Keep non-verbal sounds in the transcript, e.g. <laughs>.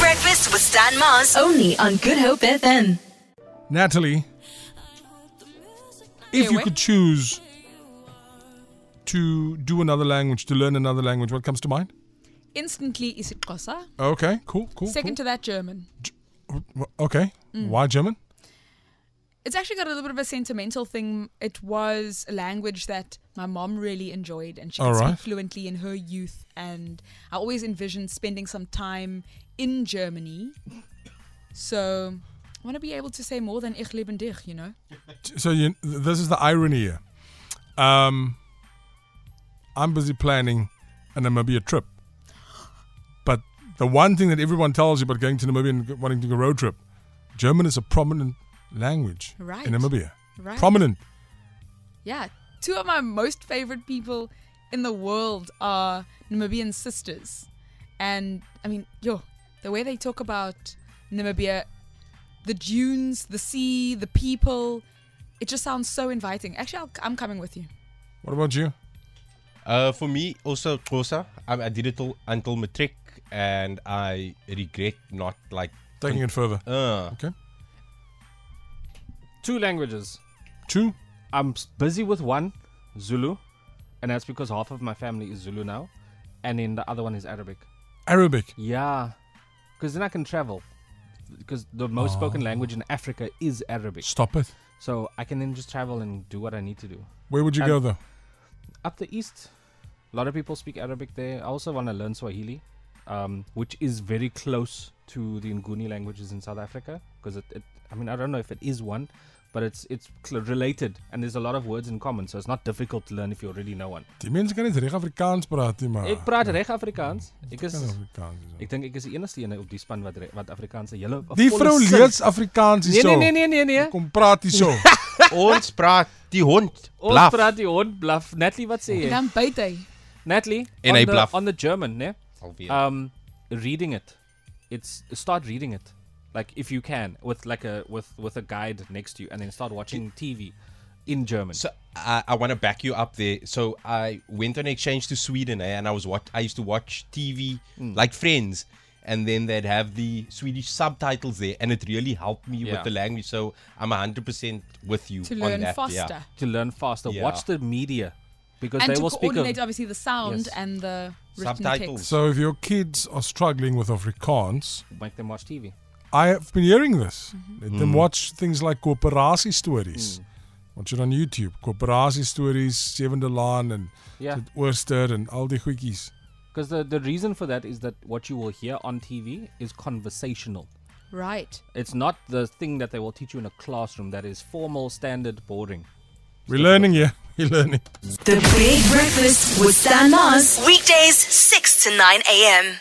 Breakfast with Stan Mars. Only on Good Hope FM. Natalie, if you wait. could choose to do another language, to learn another language, what comes to mind? Instantly is it Kosa. Okay, cool, cool. Second Mm. to that, German. cool. Okay, why German? It's actually got a little bit of a sentimental thing. It was a language that my mom really enjoyed and she could All right. speak fluently in her youth. And I always envisioned spending some time in Germany. So I want to be able to say more than Ich lebe dich, you know? So you, this is the irony here. Um, I'm busy planning a Namibia trip, but the one thing that everyone tells you about going to Namibia and wanting to go road trip, German is a prominent language Right. in Namibia. Right. Prominent. Yeah. Two of my most favorite people in the world are Namibian sisters. And I mean, yo, the way they talk about Namibia, the dunes, the sea, the people, it just sounds so inviting. Actually, I'll, I'm coming with you. What about you? Uh, for me, also Xhosa. I, I did it all until matric, and I regret not <laughs> like. Taking it further. Uh, Okay. Two languages. Two. I'm s- busy with one, Zulu, and that's because half of my family is Zulu now, and then the other one is Arabic. Arabic. Yeah, because then I can travel. Because the most spoken language in Africa is Arabic, Stop it. so I can then just travel and do what I need to do. Where would you Um, go though? Up the east, a lot of people speak Arabic there. I also want to learn Swahili, um, which is very close to the Nguni languages in South Africa. Because it, it, I mean, I don't know if it is one, but it's it's cl- related, and there's a lot of words in common, so it's not difficult to learn if you already know one. Die mense kan net reg Afrikaans praat nie, maar Ek praat reg Afrikaans. Ah. Ek is Kan Afrikaans. is ek dink ek is die enigste een op die span wat re- wat Afrikaanse hele al. Die volle vrou sin- lees Afrikaans Nee hierso. nee nee nee nee nee. Kom praat <laughs> hierso. ons praat die hond. Ons Blaf. praat die hond blaf. Natalie wat sê And jy? I'm Beite. Natalie En on hy the- blaf. on the German, né? Alweer. Um reading it. It's start reading it. Like if you can with like a with with a guide next to you and then start watching TV in German. So I, I want to back you up there. So I went on exchange to Sweden, eh, and I was what I used to watch TV Hmm. like Friends, and then they'd have the Swedish subtitles there, and it really helped me Yeah. with the language. So I'm hundred percent with you To on learn that. faster. Yeah. to learn faster, Yeah. watch the media because And they to will speak coordinate, of obviously, the sound Yes. and the written Subtitles. text. so if your kids are struggling with Afrikaans, make them watch TV. I have been hearing this. Mhm. Let Mm. them watch things like Kooperasie Stories. Watch it on YouTube. Kooperasie Stories, Sewende Laan en Yeah. Oorster en al die goedjies. Because the, the reason for that is that what you will hear on TV is conversational. Right. It's not the thing that they will teach you in a classroom that is formal, standard, boring. We're learning here. <laughs> We're learning. The Big Breakfast with Stan Mars. Weekdays, 6 to 9 a.m.